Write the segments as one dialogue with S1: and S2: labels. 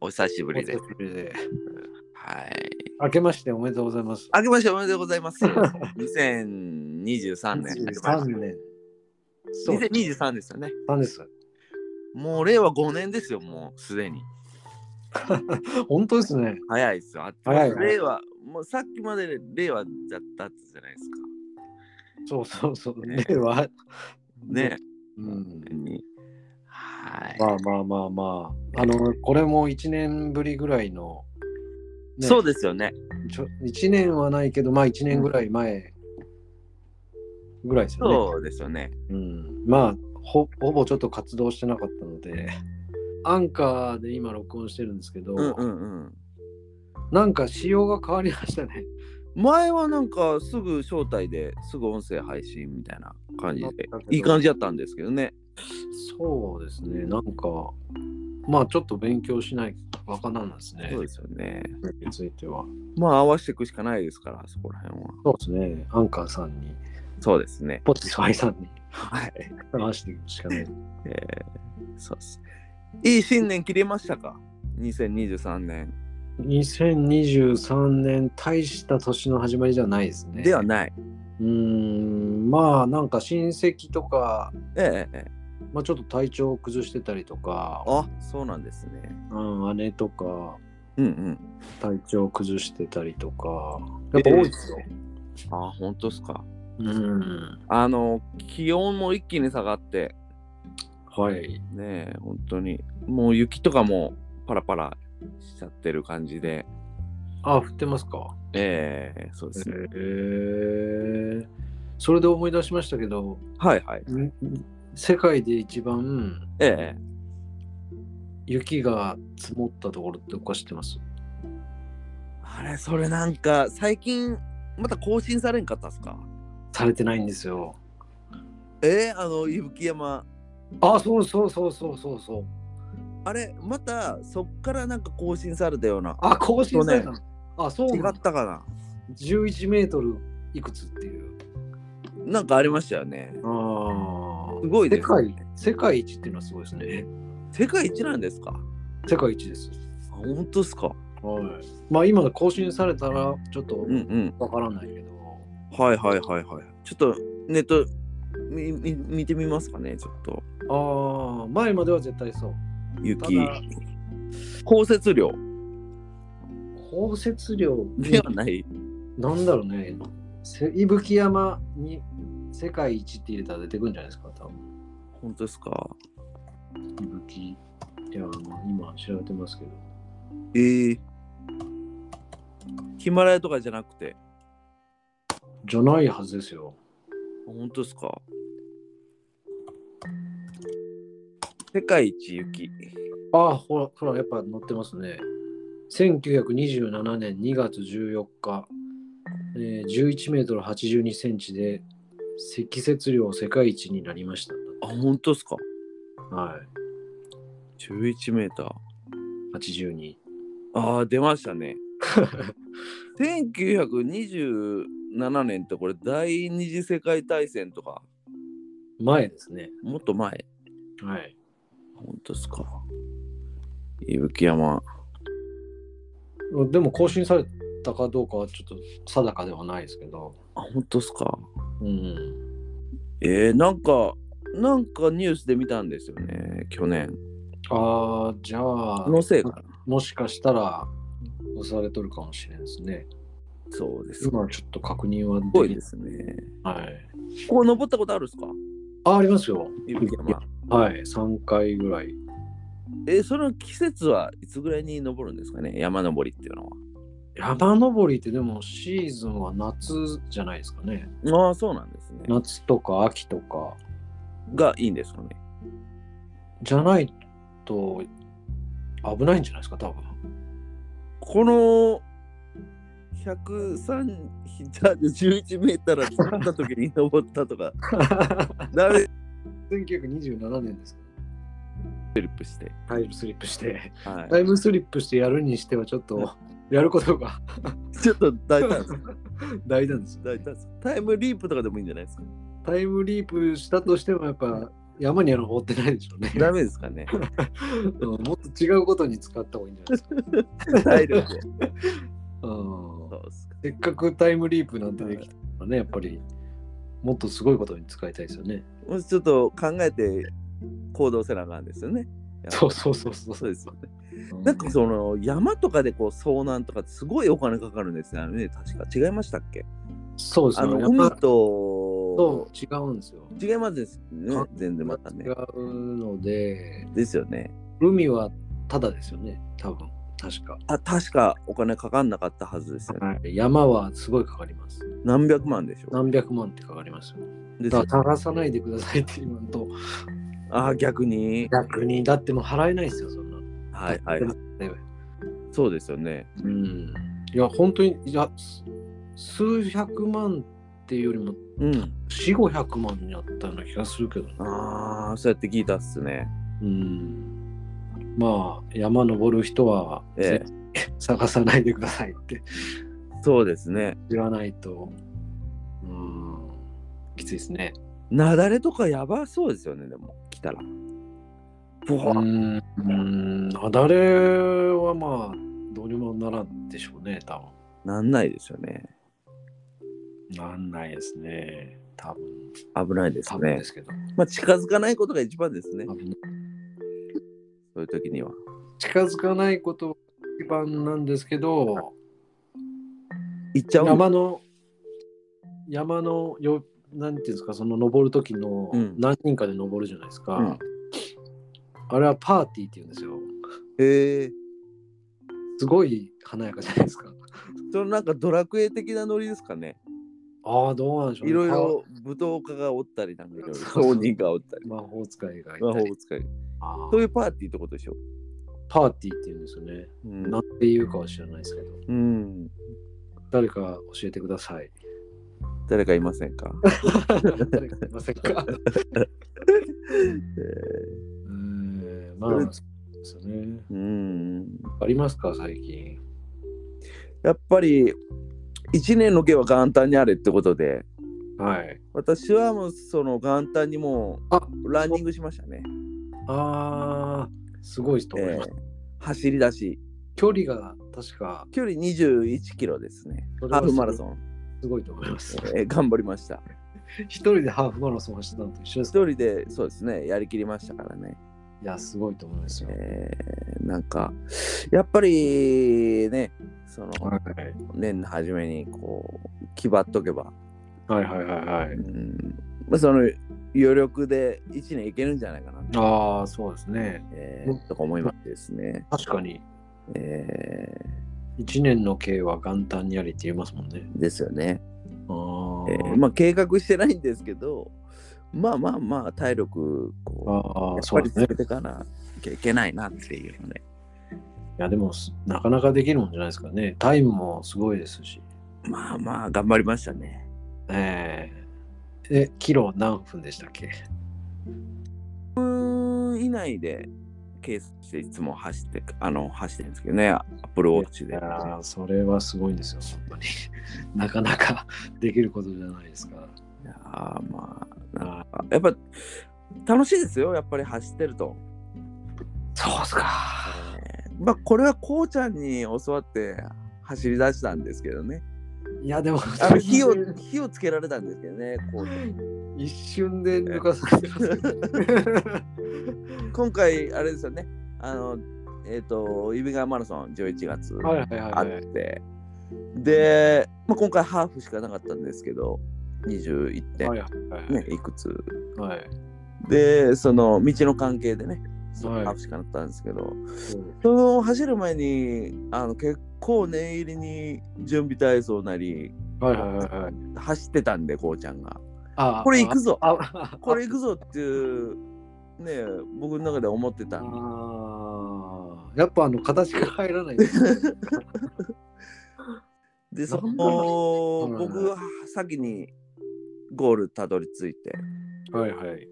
S1: お久しぶりで
S2: お
S1: す
S2: 久。しぶりで。
S1: はい。
S2: 明けましておめでとうございます。
S1: 明けましておめでとうござ います。2023年。
S2: 23年。そう、
S1: 2023ですよね。
S2: なんです。
S1: もう令和5年ですよ、もうすでに。
S2: 本当ですね。
S1: 早いですよ。あっと
S2: 早いね
S1: 令和、もうさっきまで令和だったってじゃないですか。
S2: そうそうそう。
S1: ね
S2: 令和。
S1: ね。
S2: うん。
S1: はい、
S2: まあまあまあまあ。あの、これも1年ぶりぐらいの。ね
S1: そうですよね。
S2: ちょ1年はないけど、まあ1年ぐらい前ぐらいですよね。
S1: そうですよね。
S2: うん、まあほほぼちょっと活動してなかったのでアンカーで今録音してるんですけど、
S1: うんうんうん。
S2: なんか仕様が変わりましたね。
S1: 前はなんかすぐ招待ですぐ音声配信みたいな感じ
S2: あった
S1: で
S2: けど
S1: いい感じだったんですけどね。
S2: そうですねなんかまあちょっと勉強しないわかなんですね
S1: そうですよね。
S2: については。
S1: まあ合わせていくしかないですから、そこら辺は。
S2: そうですねアンカーさんに
S1: そうですね。
S2: ポティファイさんに
S1: はい。
S2: 話していくしかない。
S1: えー、そうです。いい新年切れましたか ?2023 年
S2: 2023年大した年の始まりじゃないですね。
S1: ではない。
S2: うーんまあなんか親戚とか、
S1: ええええええ
S2: まあ、ちょっと体調を崩してたりとか
S1: あそうなんですね。
S2: うん、姉とか
S1: うんうん。
S2: 体調崩してたりとか、やっぱ多いですよ。
S1: あ本当ですか。
S2: うん。
S1: あの、気温も一気に下がって、
S2: はい。
S1: ねえ、本当に、もう雪とかもパラパラしちゃってる感じで、
S2: あ、降ってますか。
S1: ええそうですね。
S2: へえ。それで思い出しましたけど、
S1: はいはい。
S2: 世界で一番
S1: ええ
S2: 雪が積もったところっておか知ってます
S1: あれ、それなんか、最近、また更新されんかったっすか
S2: されてないんですよ。
S1: ええあの、伊吹山。
S2: あ、そうそうそうそうそうそう。
S1: あれ、また、そっからなんか更新されたような。
S2: あ、更新されたの。あ、そう
S1: 違
S2: な
S1: っ
S2: んだ。
S1: たかな
S2: 11メートルいくつっていう。
S1: なんかありましたよね。
S2: あ
S1: すごい
S2: 世
S1: ですね、
S2: 界、世界一っていうのはすごいですね。
S1: 世界一なんですか
S2: 世界一です。
S1: あ本当ですか
S2: はい。まあ今の更新されたらちょっと
S1: うんうん。
S2: わからないけど、
S1: はいはいはいはい。ちょっと、ネット、みみ見てみますかね、ちょっと。
S2: ああ、前までは絶対そう。
S1: 雪
S2: ただ。
S1: 降雪量
S2: 降雪量
S1: ではない。
S2: なんだろうね。せ伊吹山に世界一って入れたら出てくるんじゃないですか、多分。
S1: 本当ですか
S2: 伊吹山、今調べてますけど。
S1: えー。ヒマラヤとかじゃなくて。
S2: じゃないはずですよ。
S1: 本当ですか世界一雪。
S2: ああ、ほら、ほら、やっぱ載ってますね。1927年2月14日、えー、11メートル82センチで積雪量世界一になりました。
S1: あ、本当ですか
S2: は
S1: ?11 メーター。
S2: い、82。
S1: ああ、出まし たね。1927年ってこれ第二次世界大戦とか
S2: 前ですね。
S1: もっと前
S2: はい。
S1: 本当ですか伊吹山
S2: でも更新されたかどうかはちょっと定かではないですけど。
S1: あ本当ですか
S2: うん。
S1: えー、なんかなんかニュースで見たんですよね去年
S2: ああ、じゃあ、
S1: のせいかな
S2: もしかしたら押されとるかもしれんですね。
S1: そうですす
S2: 今はちょっと確認はでき
S1: ごいですね
S2: はい。
S1: ここ登ったことあるんですか
S2: あ、ありますよ。
S1: 伊吹山
S2: はい、3回ぐらい。
S1: えー、その季節はいつぐらいに登るんですかね山登りっていうの
S2: 山登りってでもシーズンは夏じゃないですかね。
S1: はああそうなんですね
S2: 夏とか秋とか
S1: がいいんですかね
S2: じゃないと危ないんじゃないですか、 多分。
S1: この103じゃあ11メートル登った時に登ったとかダメ
S2: 1927年です
S1: フリップして、
S2: タイムスリップして。
S1: は
S2: タイムスリップしてやるにしてはちょっとやること が
S1: い、ちょっと大胆です
S2: 大事なんですよ。
S1: 大胆ですタイムリープとかでもいいんじゃないですか
S2: タイムリープしたとしてもやっぱ山には登ってないでしょうね。
S1: ダメですかね。
S2: うんもっと違うことに使った方がいいんじゃないですか。
S1: 体力で。
S2: うん
S1: そうっすか
S2: せっかくタイムリープなんてできたからね、やっぱりもっとすごいことに使いたいですよね。
S1: もうちょっと考えて行動せなあかんですよね。
S2: そうそうそうそう
S1: そうですよね。
S2: うん
S1: なんかその山とかでこう遭難とかってすごいお金かかるんですよね。確か違いましたっけ
S2: そうです
S1: あ
S2: ね。
S1: の
S2: やっぱ
S1: 海と
S2: と違うんですよ。
S1: 違いますですね。全然またね
S2: 違。うので、
S1: ですよね。
S2: 海はただですよね、多分確か。
S1: あ確かお金かかんなかったはずですよね。
S2: 山はすごいかかります。
S1: 何百万でしょ
S2: 何百万ってかかりますよ。
S1: う。です
S2: だ
S1: よね
S2: から探さないでくださいって言わんと、
S1: あ逆に。
S2: 逆に、だってもう払えないですよ、そんな。
S1: はいはい。
S2: ね
S1: そうですよね。
S2: うん。いや、本当に、いや、す数百万っていうよりも、
S1: うん。
S2: 四五百万になったような気がするけどな。
S1: ああ、そうやって聞いたっすね。
S2: うん。まあ、山登る人は、
S1: ええ
S2: 探さないでくださいって
S1: そうですね。
S2: 言わないと、うん、きついですね。
S1: 雪崩とかやばそうですよね、でも、来たら。ブ
S2: う
S1: ワー
S2: ん、うん、あだれはまあ、どうにもならんでしょうね、多分。
S1: なんないですよね。
S2: なんないですね。多分。
S1: 危ないです
S2: 多分
S1: ね
S2: で。すけど。
S1: まあ、近づかないことが一番ですね
S2: 多。分
S1: そういう時には。
S2: 近づかないことが一番なんですけど、
S1: 行っちゃうんだ
S2: 山の、山のよ、なんていうんですか、その登る時の
S1: うん
S2: 何人かで登るじゃないですか。
S1: うん
S2: あれはパーティーって言うんですよ。
S1: へえ。
S2: すごい華やかじゃないですか。
S1: そのなんかドラクエ的なノリですかね。
S2: ああ、どうなんでしょう、
S1: いろい。ろ舞踏家がおったり、なんかいろいろ
S2: そうそう
S1: 商人がおったり、
S2: 魔法使いがい
S1: 魔
S2: たり
S1: 法使い。
S2: あー
S1: そういうパーティーってことでしょ。
S2: パーティーって言うんですよね。
S1: うん
S2: なんて言うかは知らないですけど。
S1: うん。
S2: 誰か教えてください。
S1: 誰かいませんか
S2: 誰かいません か
S1: えー
S2: うーん、まあ、そ
S1: そ
S2: う
S1: れ
S2: ですよね。
S1: うん。
S2: ありますか、最近。
S1: やっぱり、一年の計は元旦にあれってことで、
S2: はい。
S1: 私はもうその元旦にも
S2: あ
S1: うランニングしましたね。
S2: あー、すごいと思い
S1: え
S2: ます。
S1: ー走り出し、
S2: 距離が確か
S1: 距離21キロですね
S2: そ。れ
S1: ハ
S2: は
S1: ーフマラソン、
S2: すごいと思います。
S1: えー頑張りました。
S2: 一人でハーフマラソン走ったのと一緒です
S1: 一
S2: か。
S1: 人でそうですね、やりきりましたからね。
S2: いや、すごいと思いますよ。
S1: えーなんか、やっぱりね、その
S2: はい
S1: 年の初めにこう、気張っとけば、
S2: はいはいはいは
S1: う
S2: い。
S1: んまあ、その余力で1年いけるんじゃないかな、
S2: ああ、そうですね。
S1: えーとか思いましてですね。
S2: 確かに、
S1: え
S2: 一年の計は元旦にありって言いますもんね。
S1: ーですよね。
S2: あ
S1: えーまあ計画してないんですけど、まあまあまあ体力
S2: あ、
S1: こう、
S2: あ
S1: や
S2: あ、
S1: っ
S2: そ
S1: ぱ
S2: う
S1: り
S2: ですね
S1: つけ。てかなきゃいけないなっていうね。
S2: いや、でも、すなかなかできるもんじゃないですかね。タイムもすごいですし。
S1: まあまあ頑張りましたね。
S2: えええ、キロ何分でしたっけ
S1: うーん以内で計算していつも走って、あの走ってるんですけどね、アップルウォッチ
S2: い
S1: で。
S2: やーそれはすごいんですよ、本当に。 なかなかできることじゃないですから。
S1: いやーまあ、なんかやっぱ楽しいですよ、やっぱり走ってると。
S2: そうっすか。
S1: まあこれはこうちゃんに教わって走り出したんですけどね。
S2: いや、でも、
S1: あ の火を火をつけられたんですけどね。こう
S2: 一瞬で抜かされてますけど
S1: 今回あれですよね。あのえっ、と指川マラソン11月
S2: はいはいはい
S1: あ
S2: は
S1: っ
S2: い、
S1: て、で、まあ、今回ハーフしかなかったんですけど21点、
S2: はいはい
S1: ね、いくつ
S2: はいはい。
S1: でその道の関係でね。そう
S2: はい
S1: ハーフしかなかったんですけど、
S2: そう
S1: その走る前にあの結構念入りに準備体操なり
S2: はいはいはいはい。
S1: 走ってたんでこうちゃんが
S2: あ
S1: これ行くぞ
S2: あ あ
S1: これ行くぞっていうね僕の中で思ってた
S2: あ
S1: んで
S2: ーやっぱあの形が入らないですね。
S1: でそ
S2: なんだ
S1: こ
S2: うん
S1: 僕は先にゴールたどり着いて
S2: はいはい。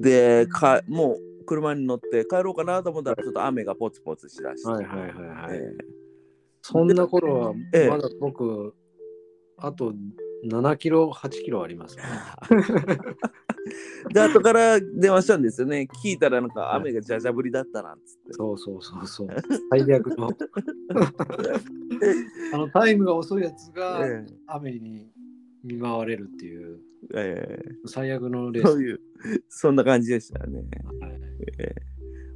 S1: でかもう車に乗って帰ろうかなと思ったらちょっと雨がポツポツしだして、
S2: はいはいはいはい。
S1: え
S2: そんな頃は
S1: ええ
S2: まだ僕、あと7キロ、8キロあります、ね。
S1: ーで、後から電話したんですよね。聞いたらなんか雨がじゃじゃ降りだったなんつって。
S2: そうそうそうそう。最悪 の。あのタイムが遅いやつが
S1: え
S2: 雨に見舞われるっていう
S1: ええ
S2: 最悪の
S1: え
S2: レース。
S1: そういう、そんな感じでしたね。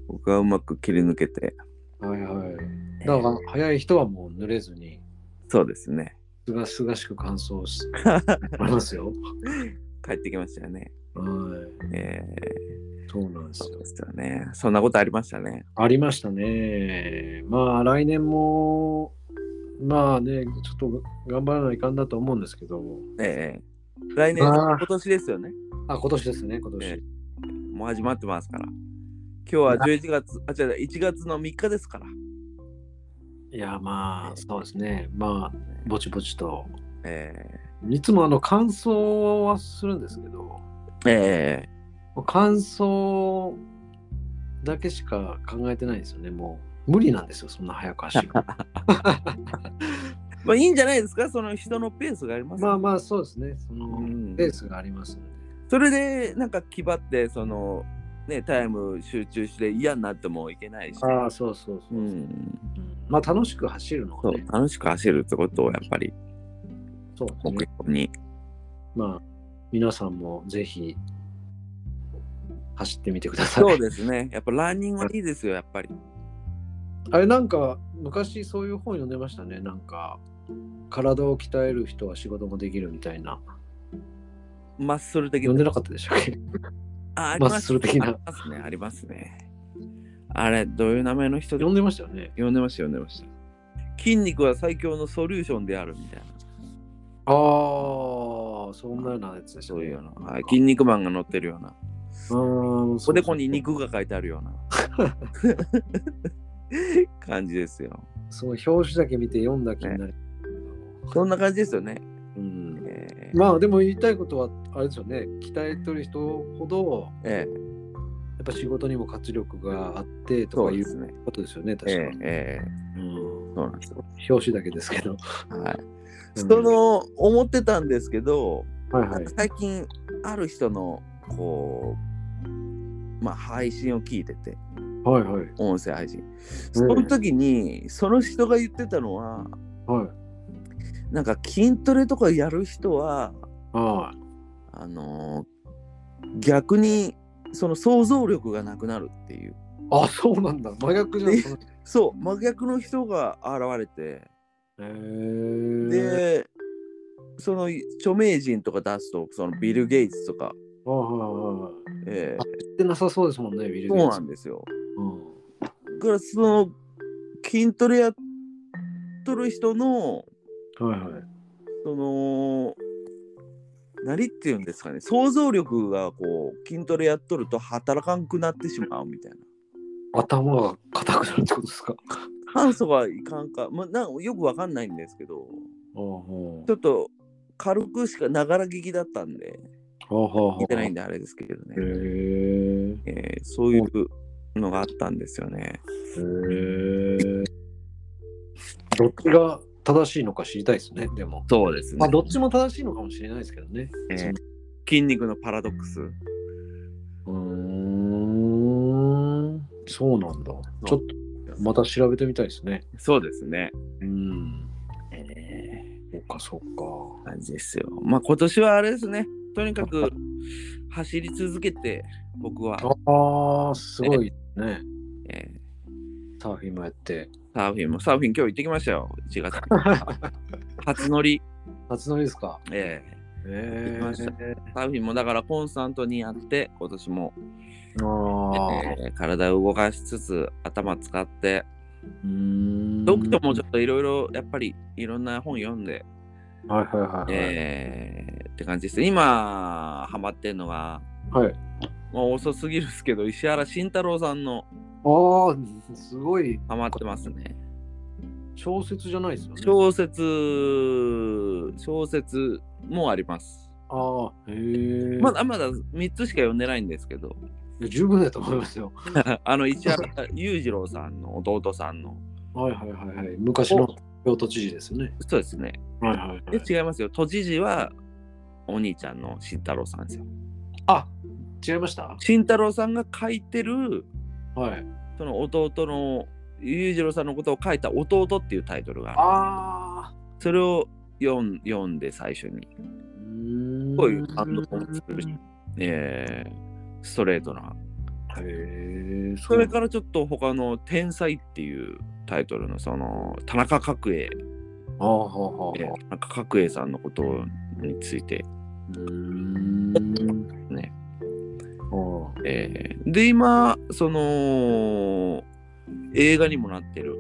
S1: 僕はうまく切り抜けて、
S2: はいはいはい。だから早い人はもう濡れずに、
S1: そうですね。
S2: すがすがしく乾燥 しありますよ。
S1: 帰ってきましたよね。
S2: はい。
S1: え
S2: そうなんで
S1: えそ
S2: す
S1: う
S2: よ。
S1: ですよね。そんなことありましたね。
S2: ありましたね。まあ来年も、まあね、ちょっと頑張らないかんだと思うんですけど、
S1: ええ来年、
S2: あー
S1: 今年ですよね。
S2: あ、今年ですね、今年。
S1: えもう始まってますから。今日は11月、あ、違う、1月の3日ですから。
S2: いや、まあそうですね。まあ、ぼちぼちと。
S1: え
S2: いつもあの乾燥はするんですけど、
S1: ええ
S2: 乾燥だけしか考えてないんですよね。もう無理なんですよ、そんな早く走る。
S1: えまあいいんじゃないですか、その人のペースがあります、
S2: まあまあ、そうですね。そ
S1: うん
S2: のペースがありますんで。
S1: それで、なんか気張って、その、ね、タイム集中して嫌になってもいけないし。
S2: ああ、そうそうそうう。
S1: ん、
S2: まあ楽しく走るの
S1: そ
S2: が
S1: う
S2: ね。
S1: 楽しく走るってことをやっぱり
S2: そうです
S1: 目
S2: ね。
S1: 標に、
S2: まあ、皆さんもぜひ走ってみてください。
S1: そうですねやっぱランニングはいいですよやっぱり
S2: あれ、なんか昔そういう本読んでましたね。なんか、体を鍛える人は仕事もできるみたいな。
S1: マッスル的
S2: 読んでなかったでしたっけ
S1: ああり
S2: マ
S1: ます
S2: ッスル的な
S1: ありますねありますねあれどういう名前の人で
S2: 読んでましたよね。
S1: 呼んでました呼んでました筋肉は最強のソリューションであるみたいな
S2: ああ、そんなようなやつでした
S1: そう
S2: ね。
S1: いうような、はい、筋肉マンが乗ってるような
S2: う
S1: おでこに肉が書いてあるような 感じですよ
S2: その表紙だけ見て読んだ気になる。
S1: そんな感じですよね、
S2: うん、
S1: えー
S2: まあでも言いたいことはあれですよね鍛えとる人ほど
S1: ええ
S2: やっぱ仕事にも活力があってと
S1: そ
S2: か
S1: う
S2: い
S1: です
S2: う
S1: ね
S2: ことですよね
S1: え
S2: 確か
S1: ええ
S2: うん
S1: えそうなんですよ
S2: 表紙だけですけど
S1: はい、
S2: う
S1: そ
S2: ん
S1: の思ってたんですけど、
S2: はいはい
S1: 最近ある人のこう、まあ、配信を聞いてて
S2: はいはい
S1: 音声配信その時に、その人が言ってたのは
S2: はい
S1: なんか筋トレとかやる人は
S2: はい
S1: あのー逆にその想像力がなくなるっていう
S2: あそうなんだ真逆じゃん
S1: え
S2: その人
S1: そう真逆の人が現れて
S2: へー
S1: でその著名人とか出すとそのビル・ゲイツとか、
S2: はいはいはい
S1: えー
S2: 言ってなさそうですもんねビル・
S1: そう
S2: ゲイツ
S1: なんですよ
S2: うん
S1: だからその筋トレやっとる人の
S2: はいはい
S1: その何っていうんですかね想像力がこう筋トレやっとると働かんくなってしまうみたいな
S2: 頭が硬くなるってことですか
S1: 炭素がいかんか,、まあ、なんよくわかんないんですけど
S2: うんうん
S1: ちょっと軽くしかながら聞きだったんで聞いてないん
S2: だ。
S1: であれですけど
S2: へ
S1: ね、
S2: え。
S1: えーそういうのがあったんですよね
S2: へえ。どっちが正しいのか知りたいですね、でも。
S1: そうです
S2: まあ、どっちも正しいのかもしれないですけどね。
S1: ええ筋肉のパラドックス
S2: うーん。そうなんだ。ちょっと、また調べてみたいですね。
S1: そうですね
S2: うん。
S1: ええ
S2: そっか、そっか。
S1: 感じですよ。まあ今年はあれですね、とにかく走り続けて、僕は、
S2: ああ、すごいね。
S1: え
S2: サーフィンもやって。
S1: ーサーフィンも、サーフィン今日行ってきましたよ、1月。 初乗り、
S2: 初乗りですか。
S1: え
S2: へ
S1: 行きましたーサーフィンもだからコンスタントにやって、今年も、
S2: ああ。
S1: えー体を動かしつつ、頭使って、
S2: うーん
S1: 読書もちょっといろいろ、やっぱりいろんな本読んで、
S2: はいはいはいはい。
S1: えーって感じです。今、ハマってるのは、
S2: はい
S1: もう遅すぎるですけど、石原慎太郎さんの
S2: ああ、すごい
S1: ハマってますね。
S2: 小説じゃないですよね。
S1: 小説小説もあります。
S2: ああ、へえ。
S1: まだまだ3つしか読んでないんですけど、
S2: いや十分だと思いますよ。
S1: あの 石原裕次郎さんの弟さんの、
S2: はいはいはいはい。昔の京都知事ですよね。
S1: そうですね。
S2: はいはい、は
S1: で
S2: い。
S1: 違いますよ。都知事はお兄ちゃんの慎太郎さんですよ。
S2: あ違いました
S1: 慎太郎さんが書いてる
S2: はい。
S1: その弟の裕次郎さんのことを書いた「弟」っていうタイトルがある
S2: ああ。
S1: それを読ん読んで最初に、
S2: うーん。
S1: こういう感動もするしえーストレートな
S2: へえ。
S1: それ
S2: ら。
S1: からちょっと他の「天才」っていうタイトルのその田中角栄
S2: ああ、はあ、はあ
S1: えー。田中角栄さんのことについて、
S2: うーん。
S1: ね。
S2: あ
S1: えーで今その映画にもなってる、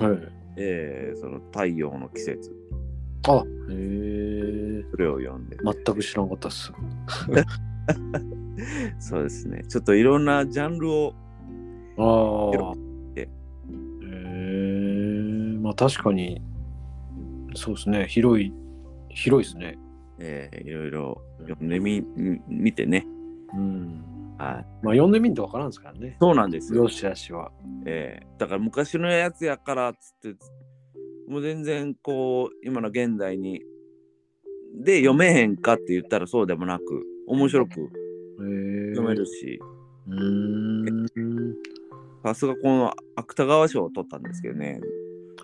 S2: あ。はい。
S1: えーその太陽の季節
S2: あへえ。
S1: それを読んで
S2: 全く知らんかったっす。
S1: そうですねちょっといろんなジャンルを
S2: ああ。
S1: え
S2: へえ。まあ確かに、そうですね。広い、広いですね。
S1: えーいろいろ読んでみみ見てね、
S2: うん。
S1: はい、
S2: まあ読んでみんとわからんですからね。
S1: そうなんですよ、
S2: よしあしは。
S1: えーだから昔のやつやからっつってもう全然こう今の現代にで読めへんかって言ったらそうでもなく面白く
S2: へえ。
S1: 読める。し
S2: うーん。
S1: さすがこの芥川賞を取ったんですけどね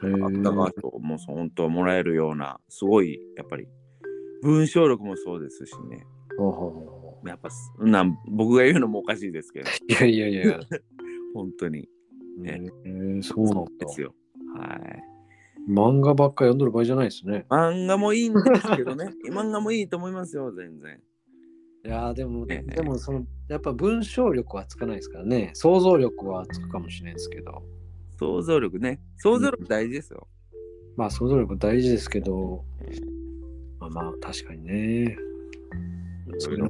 S2: へえ
S1: 芥川賞もそう本当はもらえるようなすごいやっぱり文章力もそうですしね
S2: ほうほうほ
S1: やっぱすなん僕が言うのもおかしいですけど
S2: ういやいやい や。
S1: 本当に
S2: え
S1: ね
S2: ー、そうなんだ。
S1: ですよはい
S2: 漫画ばっか読んどる場合じゃないですね。
S1: 漫画もいいんですけどね漫画もいいと思いますよ全然
S2: いやーでも、
S1: ええ
S2: でもその、やっぱ文章力はつかないですからね。想像力はつくかもしれないですけど。
S1: 想像力ね想像力大事ですよ、
S2: まあ想像力大事ですけど、まあまあ確かにね。それを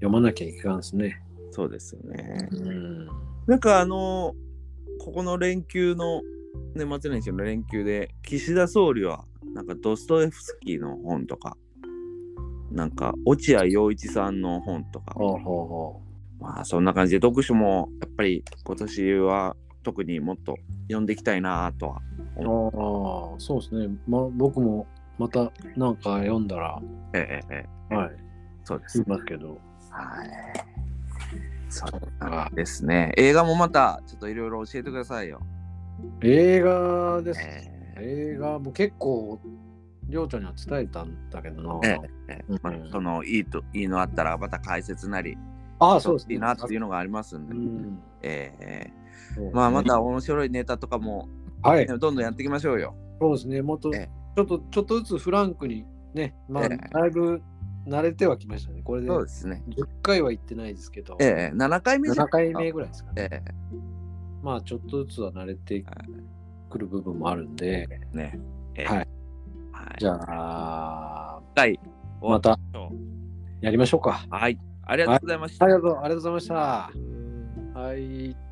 S2: 読まなきゃいかんですね。
S1: そうですよね
S2: うん。
S1: なんかあのここの連休の年末年始の連休で岸田総理はなんかドストエフスキーの本とかなんか落合陽一さんの本とか
S2: ほうほうほ
S1: まあそんな感じで読書もやっぱり今年は特にもっと読んでいきたいなとは
S2: う。ああ、そうですね。まあ僕もまたなんか読んだら、
S1: ええええ
S2: はい、
S1: そうです
S2: 言いますけど。
S1: はい。そうなんですね。映画もまたちょっといろいろ教えてくださいよ。
S2: 映画ですね。
S1: え
S2: 映画も結構りょうちゃんには伝えたんだけどな、
S1: ええ
S2: うん
S1: まあそのいいといいのあったらまた解説なり、
S2: ああそうです
S1: い
S2: ね
S1: いなっていうのがありますんで、
S2: うん
S1: ええ
S2: そうですね
S1: まあまた面白いネタとかも、
S2: はい
S1: ねどんどんやっていきましょうよ。
S2: そうですねもっとち
S1: ええ
S2: ょっとちょっとずつフランクにねまあ
S1: ええ
S2: だいぶ慣れてはきましたねこれで
S1: そう
S2: 10
S1: ですね。
S2: 回は行ってないですけど、
S1: ええ7回目じゃ
S2: 7
S1: ない
S2: 回目
S1: ですか
S2: ぐらいですかね
S1: え
S2: まあちょっとずつは慣れてくる部分もあるんで、
S1: えね。ええ
S2: はい。
S1: はい。
S2: じゃあ
S1: 一回終わ
S2: また
S1: りましょう
S2: やりましょうか
S1: はい。ありがとうございました。
S2: ありがとうありがとうございましたはい